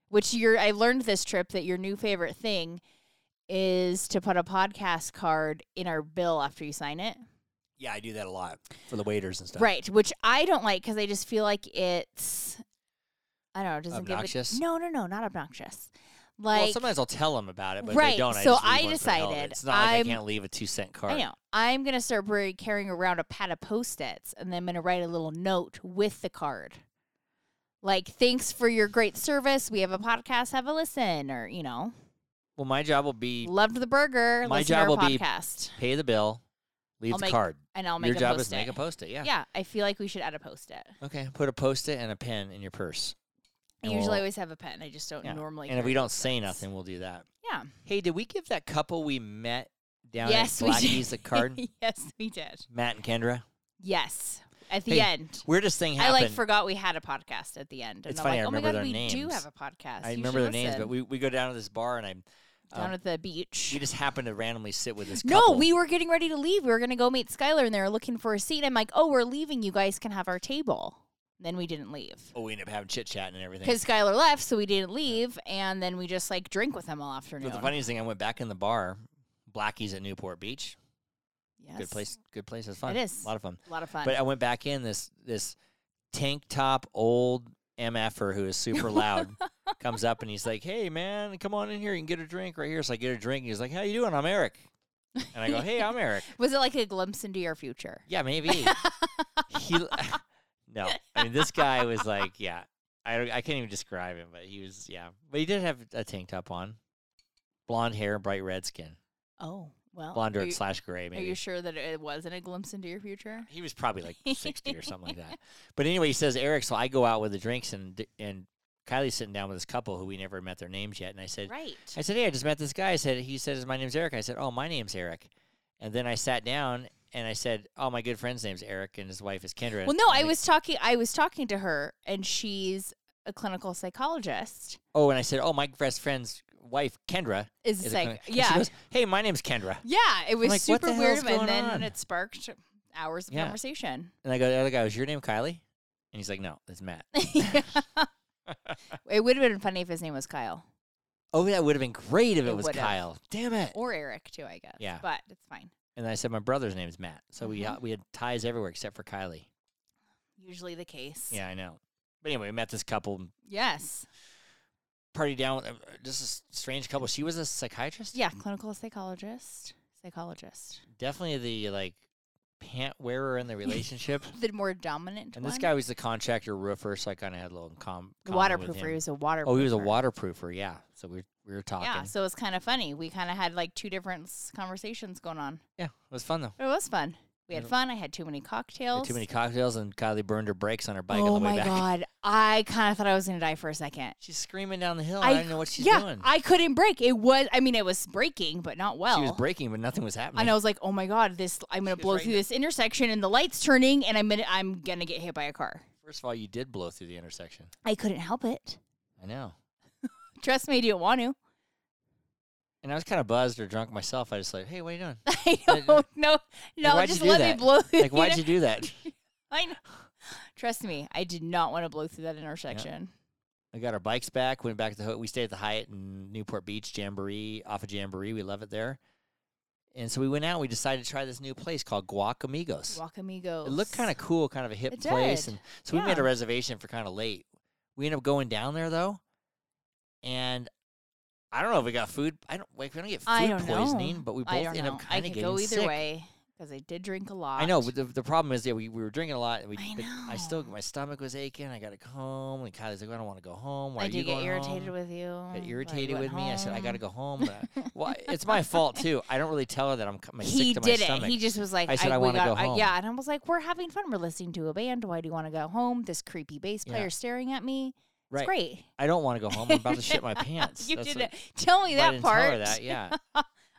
Which your I learned this trip that your new favorite thing is to put a podcast card in our bill after you sign it.
yeah, I do that a lot for the waiters and stuff.
Right, which I don't like because I just feel like it's I don't know, it doesn't
Obnoxious?
give it. No, no, no, not obnoxious. Like
well, sometimes I'll tell them about it, but
Right,
they don't.
so
I,
I
just leave one for an elder.
decided
it's not like I
I'm-
can't leave a two cent card.
I know. I'm gonna start br- carrying around a pad of post-its, and then I'm gonna write a little note with the card, like "Thanks for your great service. We have a podcast. Have a listen." Or you know,
Well, my job will be
"Loved the burger.
My
listen
job
to our
will be-
podcast."
pay the bill, leave
I'll
the
make-
card.
and I'll make
Your
a
job is
post-it.
make a post it. Yeah.
yeah, I feel like we should add a post-it.
Okay. Put a post it and a pen in your purse.
I
And
usually
we'll-
always have a pen. I just don't
Yeah.
normally.
and if
carry
we don't
post-its.
say nothing, we'll do that.
yeah.
Hey, did we give that couple we met down
yes,
at
we did.
Blackie's a card?
yes, we did.
Matt and Kendra.
Yes, at
Hey,
the end.
Weirdest thing
I
happened.
like forgot we had a podcast at the end. And
It's
I'm
funny,
like,
I
oh my
remember
god,
their
we do
names.
have a podcast.
I
You
remember
should
their names,
listen."
but we, we go down to this bar and I'm
down
um,
at the beach.
we just happen to randomly sit with this
no,
couple.
we were getting ready to leave. We were gonna go meet Skylar, and they were looking for a seat. I'm like, oh, we're leaving. You guys can have our table. Then we didn't leave
oh we ended up having chit chatting and everything.
because Skylar left, so we didn't leave. And then we just like drink with them all afternoon.
But the funniest thing, I went back in the bar, Blackie's at Newport Beach.
yes.
Good place. Good place. It's fun.
It is.
a lot of fun.
a lot of fun.
But I went back in this this tank top old mf'er who is super loud comes up and he's like, "Hey man, come on in here. You can get a drink right here." So I get a drink. He's like, "How you doing? I'm Eric." And I go, "Hey, I'm Eric."
Was it like a glimpse into your future?
Yeah, maybe. he no. I mean, this guy was like, yeah. I don't- I can't even describe him, but he was yeah. But he did have a tank top on, blonde hair, bright red skin,
Oh well,
blonde
are
or
you,
slash gray.
are
Maybe
you sure that it wasn't a glimpse into your future?
he was probably like 60 or something like that. But anyway, he says, Eric, so I go out with the drinks and d- and Kylie's sitting down with this couple who we never met their names yet. And I said,
Right.
I said, hey, I just met this guy. I said, he says, my name's Eric. I said, oh, my name's Eric. And then I sat down and I said, oh, my good friend's name's Eric and his wife is Kendra.
Well, no,
And
I
they-
was talking. I was talking to her, and she's a clinical psychologist.
Oh, and I said, oh, my best friend's wife, Kendra.
Is,
is a
like,
clinic-" and She
yeah,
goes, hey, my name's Kendra.
yeah. It was
like, "What the
super weird,
hell's
and
going
then
on?"
it sparked hours of
Yeah.
conversation.
And I go, the other guy, was your name Kylie? And he's like, no, it's Matt.
it would have been funny if his name was Kyle
oh, that would have been great if it,
It
was
would've.
Kyle. Damn it.
or Eric too, I guess.
Yeah.
but it's fine.
And I said my brother's name is Matt. So we
Mhm.
uh, we had ties everywhere except for Kylie.
Usually the case.
Yeah, I know. But anyway, we met this couple,
Yes.
party down with uh, uh, just a s- strange couple. She was a psychiatrist.
Yeah. Clinical psychologist. Psychologist.
Definitely the like pant wearer in the relationship.
The more dominant
and
one.
this guy was the contractor roofer, so I kind of had a little com.
the
common with
waterproofer.
him.
He was a waterproofer.
Oh, he was a waterproofer. Yeah. So we we were talking.
Yeah, so it was kind of funny. We kind of had like two different s- conversations going on.
Yeah, it was fun though.
It was fun. We had
Yeah.
fun. I had too many
We
cocktails.
had too many cocktails, and Kylie burned her brakes on her bike on
oh
the way
my
back.
god! I kind of thought I was gonna die for a second.
She's screaming down the hill. Oh, I,
I-
don't know what she's
yeah,
doing.
I couldn't break. It was. I mean, it was breaking, but not well.
she was breaking, but nothing was happening.
and I was like, oh my god, this! I'm
She
gonna
was
blow
right
through
there.
this intersection, and the light's turning, and I'm gonna, I'm gonna get hit by a car.
First of all, you did blow through the intersection.
I couldn't help it.
I know.
Trust me, I didn't want to.
And I was kind of buzzed or drunk myself. I just like, hey, what are you doing?
I
Uh,
don't know. No,
why'd you
just
do
let
that?
me blow through.
Like,
the
why'd you do that?
I know. Trust me, I did not want to blow through that intersection.
We got our bikes back, went back to the ho We stayed at the Hyatt in Newport Beach, Jamboree, off of Jamboree. We love it there. And so we went out. We decided to try this new place called Guacamigos.
Walk amigos.
It looked kind of cool, kind of a hip
It
place.
did.
And so we made
Yeah.
a reservation for kind of late. We ended up going down there though, and I don't know if we got food. I don't like we don't get food
I don't
poisoning,
know.
but we both
I don't
ended
know.
up
I
kind of
could
getting
go either
sick.
way because I did drink a lot.
I know, but the, the problem is, yeah, we, we were drinking a lot. And we,
I
but I still,
know.
my stomach was aching. I got to go home. And Kylie's like, I don't want to go home. Why
I
are you
did get
going
irritated
home?
with you.
Got
but you
irritated with
went
me. I said, I got to
home."
go home. But I, well, it's my fault too. I don't really tell her that I'm c- my
He
sick to my
did it.
stomach.
He just was like,
I said, "I
we
wanna
got-
go
I-
home."
yeah, and I was like, we're having fun. We're listening to a band. Why do you want to go home? This creepy bass
Yeah.
player staring at me. It's
right.
great.
I don't want to go home. I'm about to shit my pants.
You
That's what-
didn't tell me
if I
that
didn't
part.
Tell her that. Yeah.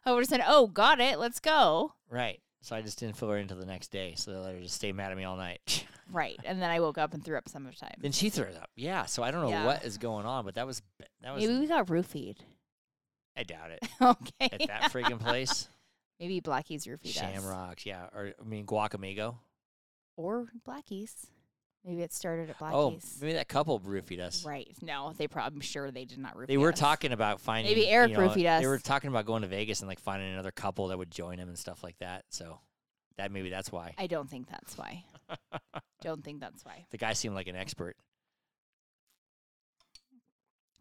I would have said, oh, got it. Let's go.
Right. So I just didn't fill her in until the next day. So they let her just stay mad at me all night.
Right. And then I woke up and threw up some of the time.
then she threw it up. Yeah. So I don't know
Yeah.
what is going on, but that was b- that was.
Maybe we got roofied.
I doubt it at
okay.
that friggin' place.
Maybe Blackie's roofied us.
Shamrocks. Yeah. Or I mean Guacamigo.
Or Blackie's. Maybe it started at
Oh,
Blackie's.
maybe that couple roofied us.
Right. No, they probably, I'm sure they did not roofie
They were
us.
talking about finding you
Eric
know,
roofied
They were
us.
talking about going to Vegas and like finding another couple that would join them and stuff like that. So that maybe that's why
I don't think that's why. don't think that's why.
the guy seemed like an expert.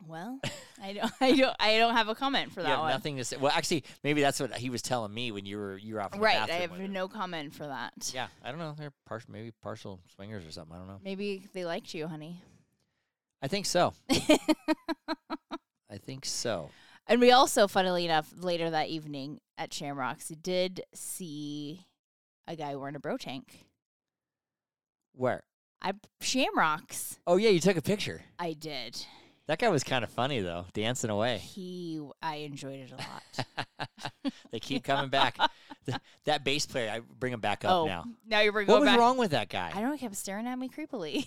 Well, I don't, I don't, I don't have a comment for
You
that
have
one.
nothing to say. Well, actually, maybe that's what he was telling me when you were you were off in the
right, I
bathroom
have
with her.
no comment for that.
Yeah, I don't know. They're partial, maybe partial swingers or something. I don't know.
Maybe they liked you, honey.
I think so. I think so.
And we also, funnily enough, later that evening at Shamrocks, did see a guy wearing a bro tank.
Where?
I Shamrocks.
Oh yeah, you took a picture.
I did.
That guy was kind of funny though, dancing away.
He, I enjoyed it a lot.
they keep coming back. Th- that bass player, I bring him back up
oh,
now.
now you're
What
going
was
back.
wrong with that guy?
I don't know. He kept staring at me creepily.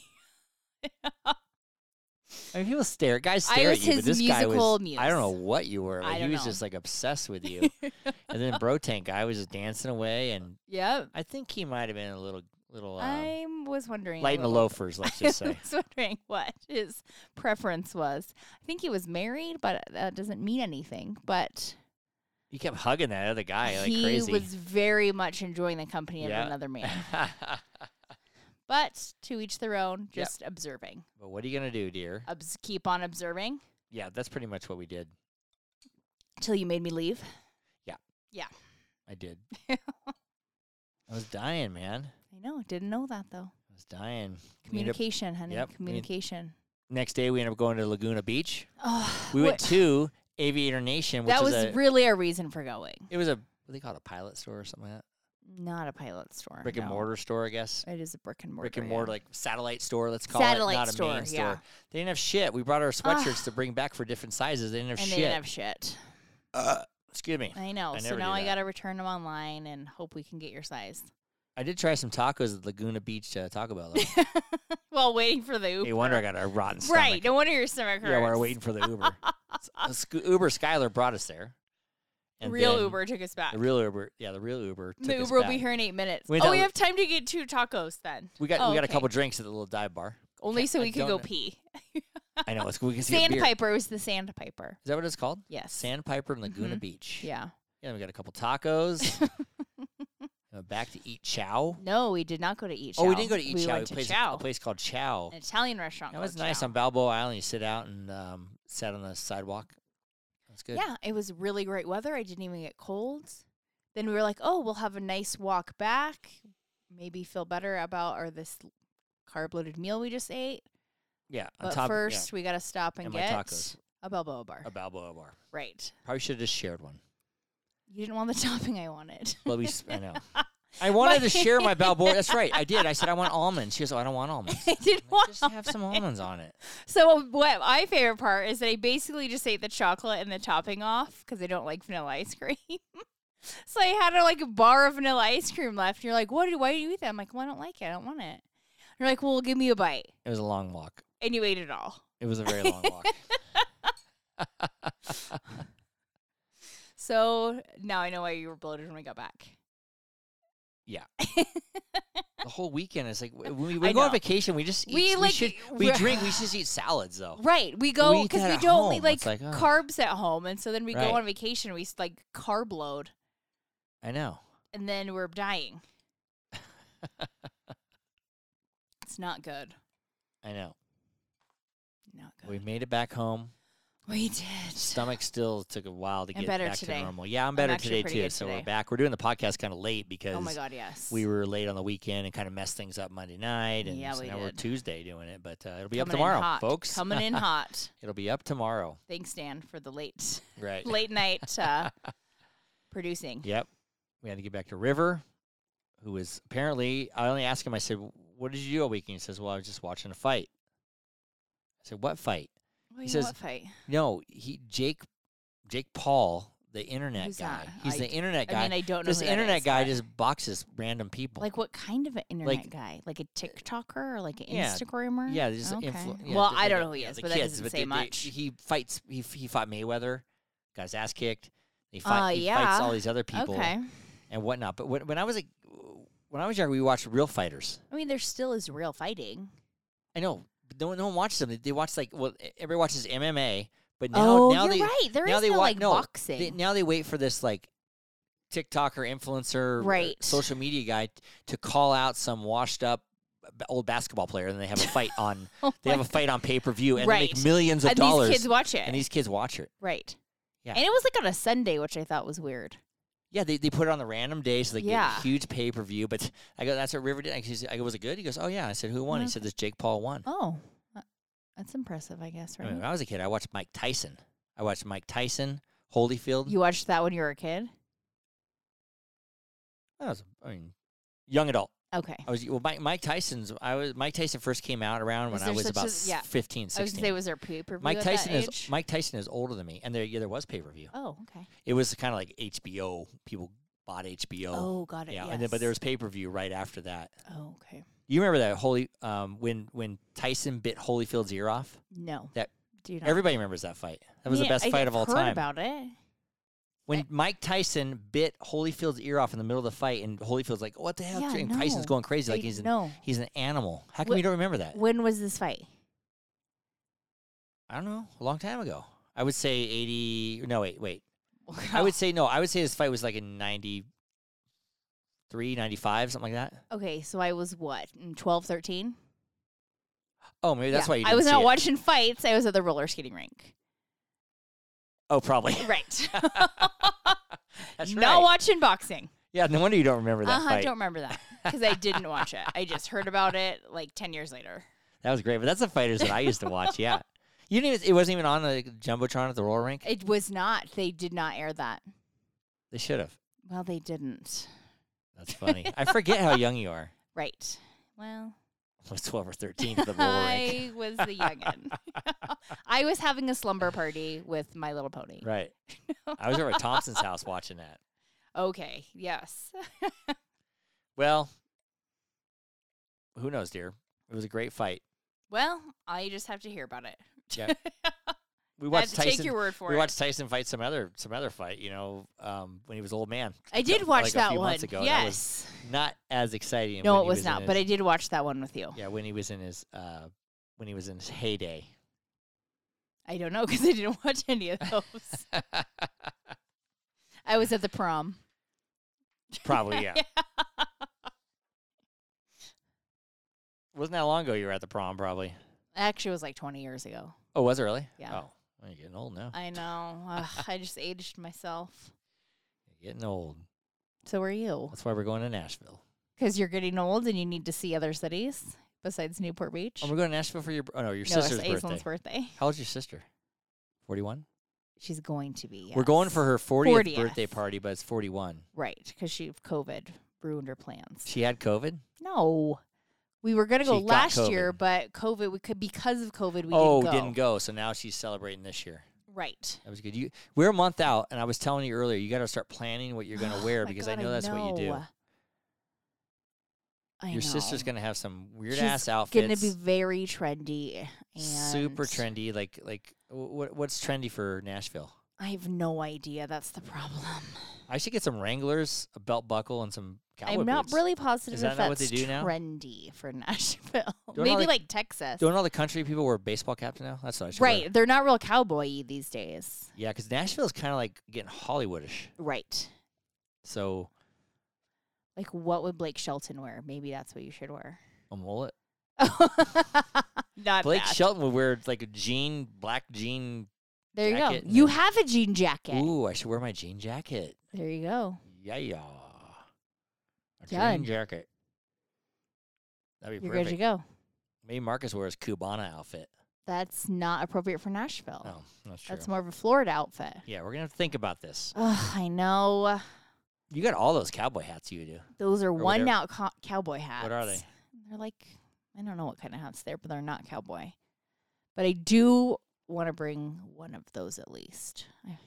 I mean, people stare. Guys
I
stare
was
at you,
his
but this guy
musical
was. I don't know what you were.
I
Like, he
don't
was
know.
just like obsessed with you. and then Bro Tank guy was just dancing away, and
yep.
I think he might have been a little, little uh,
I was wondering. a
light in the
little-
loafers. Let's just
I
say.
was wondering what his preference was. I think he was married, but that doesn't mean anything. But
You kept hugging that other guy like
he
crazy.
was very much enjoying the company
Yeah.
of another man. But to each their own,
Yep.
just observing.
but what are you gonna do, dear?
Obs- keep on observing
Yeah, that's pretty much what we did.
till you made me leave.
I did. I was dying, man.
I know. Didn't know that though.
I was dying. We ended up-
Communication, honey.
yep, we-
Communication.
next day, we ended up going to Laguna Beach.
Oh,
We went to Aviator Nation, which
that
is
was
a
really our reason for going.
it was a what they call it, a pilot store or something like that,
Not a pilot store.
brick and
no.
mortar store, I guess.
It is a brick and mortar.
brick and
yeah.
mortar like satellite store, let's call
Satellite
it, not
store,
a main
yeah.
store. They didn't have shit. We brought our sweatshirts to bring back for different sizes. They didn't have
and
shit.
they didn't have shit.
Uh, excuse me.
I know.
I
so
never
now
do
I
that.
got to return them online and hope we can get your size.
I did try some tacos at Laguna Beach uh, Taco Bell. though.
While waiting for the Uber.
No wonder I got a rotten stomach.
right. No wonder your stomach hurts.
Yeah, we are waiting for the Uber. S- uh, Sc- Uber Skyler brought us there.
real
then
Uber took us back.
The real Uber. Yeah, the real Uber.
The
took us
Uber will
back.
be here in eight minutes.
We
oh,
thought
we
we-
have time to get two tacos then.
We got
Oh,
we got
okay.
a couple drinks at the little dive bar.
Only so
I
we could
don't
go
know.
pee.
I know it's we can see a beer.
Sandpiper was the sandpiper.
Is that what it's called?
Yes. Mm-hmm.
Sandpiper and Laguna Beach.
yeah.
Yeah, we got a couple tacos. Went back to eat chow.
No, we did not go to eat.
Oh, we didn't go to eat
we
chow.
Went
we
to
place,
Chow,
A place called Chow.
an Italian restaurant.
That
called
was nice
Chow.
on Balboa Island. You sit out and um, sat on the sidewalk. That's good.
Yeah, it was really great weather. I didn't even get cold. Then we were like, oh, we'll have a nice walk back. Maybe feel better about or this carb loaded meal we just ate.
Yeah. On
But
top,
first, we got to stop and,
And my
get
tacos.
a Balboa bar.
yeah, a Balboa bar.
right.
Probably should have just shared one.
You didn't want the topping I wanted.
Well, we, s- I know. I wanted to share my Balboa. That's right. I did. I said I want almonds. She goes, oh, I don't want almonds.
I didn't
Like,
want
just have some almonds on it.
So what my favorite part is that I basically just ate the chocolate and the topping off because I don't like vanilla ice cream. so I had a, like a bar of vanilla ice cream left. And you're like, "What? do- Why do you eat that?" I'm like, "Well, I don't like it. I don't want it." And you're like, "Well, give me a bite,"
It was a long walk.
and you ate it all.
It was a very long walk.
So now I know why you were bloated when we got back.
The whole weekend is like when we,
I
we go on
know.
vacation, we just eat,
We,
we,
like,
should, we
we're-
drink. We should just eat salads though.
Right, we go
eat
because
that
we
at
don't
home.
like,
It's like, oh.
carbs at home, and so then we
Right.
go on vacation. We s- like carb load,
I know.
and then we're dying. it's not good.
I know.
Not good.
We made it back home.
We did.
Stomach still took a while to
I'm
get
better
back
today.
to normal. Yeah, I'm better today
actually pretty
too.
good
So
today.
we're back. We're doing the podcast kind of late because
Oh my god, yes.
we were late on the weekend and kind of messed things up Monday night. And
Yeah,
so
we
now we're
did.
Tuesday doing it, but uh, it'll be up
Coming in
tomorrow,
hot.
folks.
Coming in hot.
It'll be up tomorrow.
Thanks, Dan, for the late
Right.
late night uh, producing.
Yep. We had to get back to River, who was apparently. I only asked him. I said, "What did you do all weekend?" He says, "Well, I was just watching a fight." I said, "What fight?"
Well,
He
you
says-
what fight?
No, he Jake, Jake Paul, the internet
Who's
guy.
that?
He's
I-
the internet
I
guy.
mean, I don't know.
this
who that
internet
is,
guy
but-
just boxes random people.
like what kind of an internet
Like- uh,
guy? Like a TikToker or like an
Yeah,
Instagrammer?
yeah, there's
okay.
influ- yeah,
well,
th-
I
like
don't
a-
know who he
yeah,
is,
the
but that
kids,
doesn't
but
say
they- they-
much.
he fights. He, f- he fought Mayweather. Got his ass kicked. He, fight,
Uh,
he
yeah.
fights all these other people
okay.
and whatnot. But when, when I was like, when I was younger, we watched real fighters.
I mean, there still is real fighting.
I know. But no, one- no one watches them. They- They watch like well, e- everybody watches MMA, but now
oh,
now
you're
they
right. There
now
is
they
no
wa-
like
no,
boxing.
they, now they wait for this like TikToker influencer, uh, or
Right.
Social media guy t- to call out some washed up b- old basketball player, and they have a fight on
Oh
they
my
have a fight on pay per view, and they
Right.
make millions of
and
dollars,
these kids watch it.
and these kids watch it.
right.
Yeah.
And it was like on a Sunday, which I thought was weird.
Yeah, they, they put it on the random day, so they get
Yeah.
a huge pay per view. But I go, that's what River did. I go, I go, was it good? He goes, oh yeah. I said, who won? He
Okay.
said, this Jake Paul won.
Uh-huh. Oh, that- that's impressive, I guess,
I
right?
mean, when I was a kid, I watched Mike Tyson. I watched Mike Tyson, Holyfield.
You watched that when you were a kid?
I was, I mean, young adult.
Okay.
I was well. Mike, Mike Tyson's. I was Mike Tyson first came out around when
Was
I
there
was
such
about
as- yeah.
15,
I was
16.
gonna say, was there pay per view?
Mike Tyson
that
is
age?
Mike Tyson is older than me, and there yeah, there was pay per view.
Oh, okay.
It was kind of like HBO. People bought HBO.
Oh, got it.
yeah,
Yes.
and then but there was pay per view right after that.
Oh, okay.
You remember that Holy um, when when Tyson bit Holyfield's ear off?
No.
That-
Do you not?
Everybody remembers that fight. That was
Yeah,
the best
I
fight of all
heard
time.
About it.
when
Eh
Mike Tyson bit Holyfield's ear off in the middle of the fight, and Holyfield's like, "What the hell?"
Yeah,
and Tyson's
no.
going crazy,
I
like he's an,
no.
he's an animal. How come
Wh-
you don't remember that?
When was this fight?
I don't know. A long time ago. I would say 80. No, wait, wait. I would say, no, I would say this fight was like in 93, 95, something like that.
Okay, so I was what? in 12, 13?
Oh, maybe that's
Yeah.
why you didn't
I was
see
not
it.
watching fights. I was at the roller skating rink.
Oh, probably.
Right.
that's
not
right.
watching boxing.
yeah, no wonder you don't remember that
Uh-huh, I
fight.
don't remember that because I didn't watch it. I just heard about it like 10 years later.
That was great. But that's the fighters that I used to watch. Yeah. You didn't even, it wasn't even on the Jumbotron at the roller rink.
It was not. They did not air that.
They should have.
Well, they didn't.
That's funny. I forget how young you are.
Right. Well,
I was 12 or 13 at the roller rink.
I was the youngin. I was having a slumber party with My Little Pony.
Right. I was over at Thompson's house watching that.
Okay. Yes.
Well, who knows, dear? It was a great fight.
Well, I just have to hear about it.
Yeah. We
I have
watched
to
Tyson.
take your word for
we
it.
watched Tyson fight some other some other fight. You know, um, when he was old man.
I did
like
watch
a
that
few
one.
months ago. That was
yes.
Not as exciting.
no,
when
it
he
was,
in
not. But I
his-
did watch that one with you.
yeah, when he was in his uh, when he was in his heyday.
I don't know because I didn't watch any of those. I was at the prom.
Probably yeah. Wasn't that long ago you were at the prom? Probably.
Actually, it was like 20 years ago.
Oh, was it really?
Yeah.
Oh, well, you're getting old now.
I know. Ugh, I just aged myself.
You're getting old.
So are you.
That's why we're going to Nashville.
Because you're getting old and you need to see other cities besides Newport Beach.
Oh, we're going to Nashville for your br- oh no, your
no,
sister's
it's
birthday.
Aislinn's birthday.
How old's your sister? Forty-one.
She's going to be.
We're going
yes.
for her fortieth
40th.
birthday party, but it's forty-one.
Right. Because she, COVID, ruined her plans.
She had COVID.
No. We were gonna go
She got
last year,
COVID.
but COVID we could because of COVID we
oh,
didn't go.
didn't go. So now she's celebrating this year.
Right.
That was good. You, we're a month out, and I was telling you earlier, you got to start planning what you're going to wear
Oh My
because I
God,
know that's what you do.
know. I
your sister's
know.
going to have some weird
She's
ass outfits.
gonna be very trendy and
super trendy. Like like what what's trendy for Nashville?
I have no idea. That's the problem.
I should get some Wranglers, a belt buckle, and some cowboy
I'm not
boots.
really positive
that
if
not
that's
what they do now?
trendy for Nashville.
all
Maybe
the-
like Texas.
Don't all the country people wear baseball caps now? That's what I should wear.
Right. They're not real cowboy these days.
Yeah, because Nashville's kind of like getting Hollywoodish.
Right.
So
Like what would Blake Shelton wear? Maybe that's what you should wear.
a mullet.
not
Blake
bad.
Shelton would wear like a jean, black jean.
There you
jacket
go.
and
You
then-
have a jean jacket.
Ooh, I should wear my jean jacket.
There you go.
Yeah, yeah. A
Done.
jean jacket. That'd be
You're
perfect.
good to go.
Maybe Marcus wears Cubana outfit.
That's not appropriate for Nashville.
No, that's Oh, true.
Oh, That's more of a Florida outfit.
yeah, we're gonna have to think about this.
Ugh, I know.
You got all those cowboy hats you do.
Those are
whatever.
one out co- cowboy hats.
What are they?
They're like I don't know what kind of hats they're, but they're not cowboy. But I do want to bring one of those at least. I-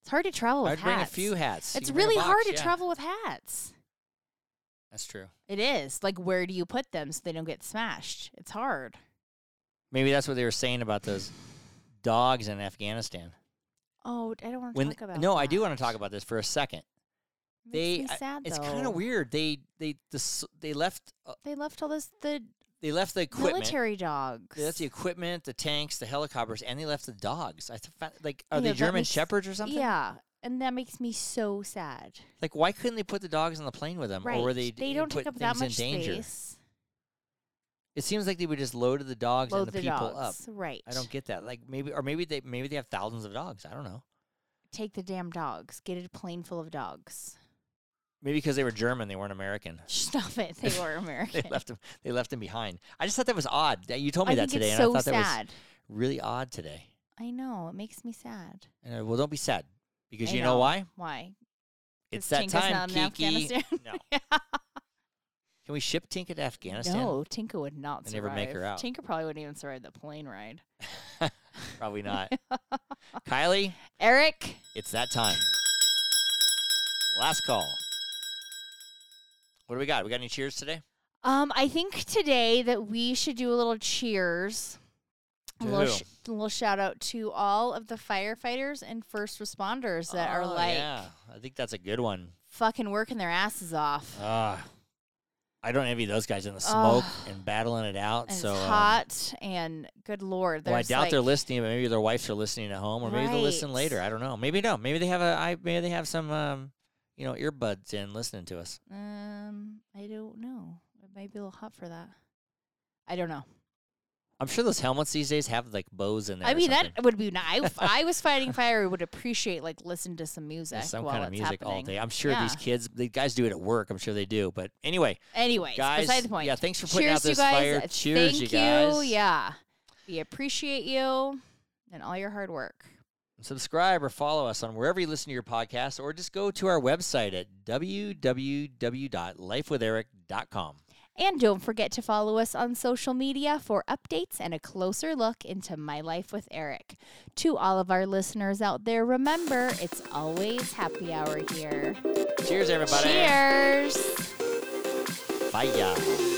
It's hard to travel with
I'd
Oh, hats.
bring a few hats. You
It's
can bring a
really
box,
hard to
yeah.
travel with hats.
That's true.
It is. Like where do you put them so they don't get smashed? It's hard.
Maybe that's what they were saying about those dogs in Afghanistan.
Oh, I don't want to
When
talk about
no, I do
that.
want to talk about this for a second.
Makes
They-
me
I-
sad,
It's kind
though.
of weird. They they the, s- they left uh,
They left all this the
they left the equipment.
military dogs.
They left the equipment, the tanks, the helicopters, and they left the dogs. I th- fa- like are
Yeah,
they
that
German
makes-
shepherds or something?
Yeah, and that makes me so sad.
Like why couldn't they put the dogs on the plane with them,
Right?
or were they d-
don't
put
take up that
things
much
in danger?
space.
It seems like they would just load the dogs
Load
and the,
the,
people up.
dogs. Right.
I don't get that. Like maybe, or maybe they maybe they have thousands of dogs. I don't know.
take the damn dogs. Get a plane full of dogs.
Maybe because they were German, they weren't American.
Stop it. They were American.
They left them. They left them behind. I just thought that was odd. That- You told me
I
that
think
today,
it's
and
so
I thought that was
sad.
really odd today.
I know. It makes me sad.
And I, well, don't be sad because
I
you know,
know.
why?
Why?
It's that
Because Tinka's
time,
not in
Kiki.
Afghanistan.
No. Can we ship Tinka to Afghanistan?
No, Tinka would not
They
survive.
never make her out.
Tinka probably wouldn't even survive the plane ride.
Probably not. Kylie,
Eric,
it's that time. Last call. What do we got? We got any cheers today?
um, I think today that we should do a little cheers. A
To
little,
who?
sh- a little shout out to all of the firefighters and first responders that are
Oh,
like
yeah, I think that's a good one.
fucking working their asses off.
Ah, I don't envy those guys in the smoke
Ugh.
and battling it out.
and
so
it's
um,
hot and good lord.
well, I
there's,
doubt they're
like-
listening, but maybe their wives are listening at home, or maybe they'll listen
Right.
later. I don't know. Maybe no. Maybe they have a. I maybe they have some. Um, you know, earbuds in listening to us.
Um, I don't know. It might be a little hot for that. I don't know.
I'm sure those helmets these days have like bows in there.
I
or
mean,
something.
that would be nice. If I was fighting fire, I would appreciate like listen to some music.
There's some
while
kind of
it's
music all
happening.
day. I'm sure these
Yeah.
kids, the guys do it at work. I'm sure they do. But anyway,
Anyways,
guys,
beside the point.
yeah, thanks for putting
Cheers,
out this
you guys.
fire.
Uh,
Cheers,
Thank
you guys.
Yeah, we appreciate you and all your hard work.
subscribe or follow us on wherever you listen to your podcast or just go to our website at www.lifewitheric.com.
And don't forget to follow us on social media for updates and a closer look into my life with Eric. To all of our listeners out there, remember it's always happy hour here.
Cheers, everybody.
Cheers.
Bye.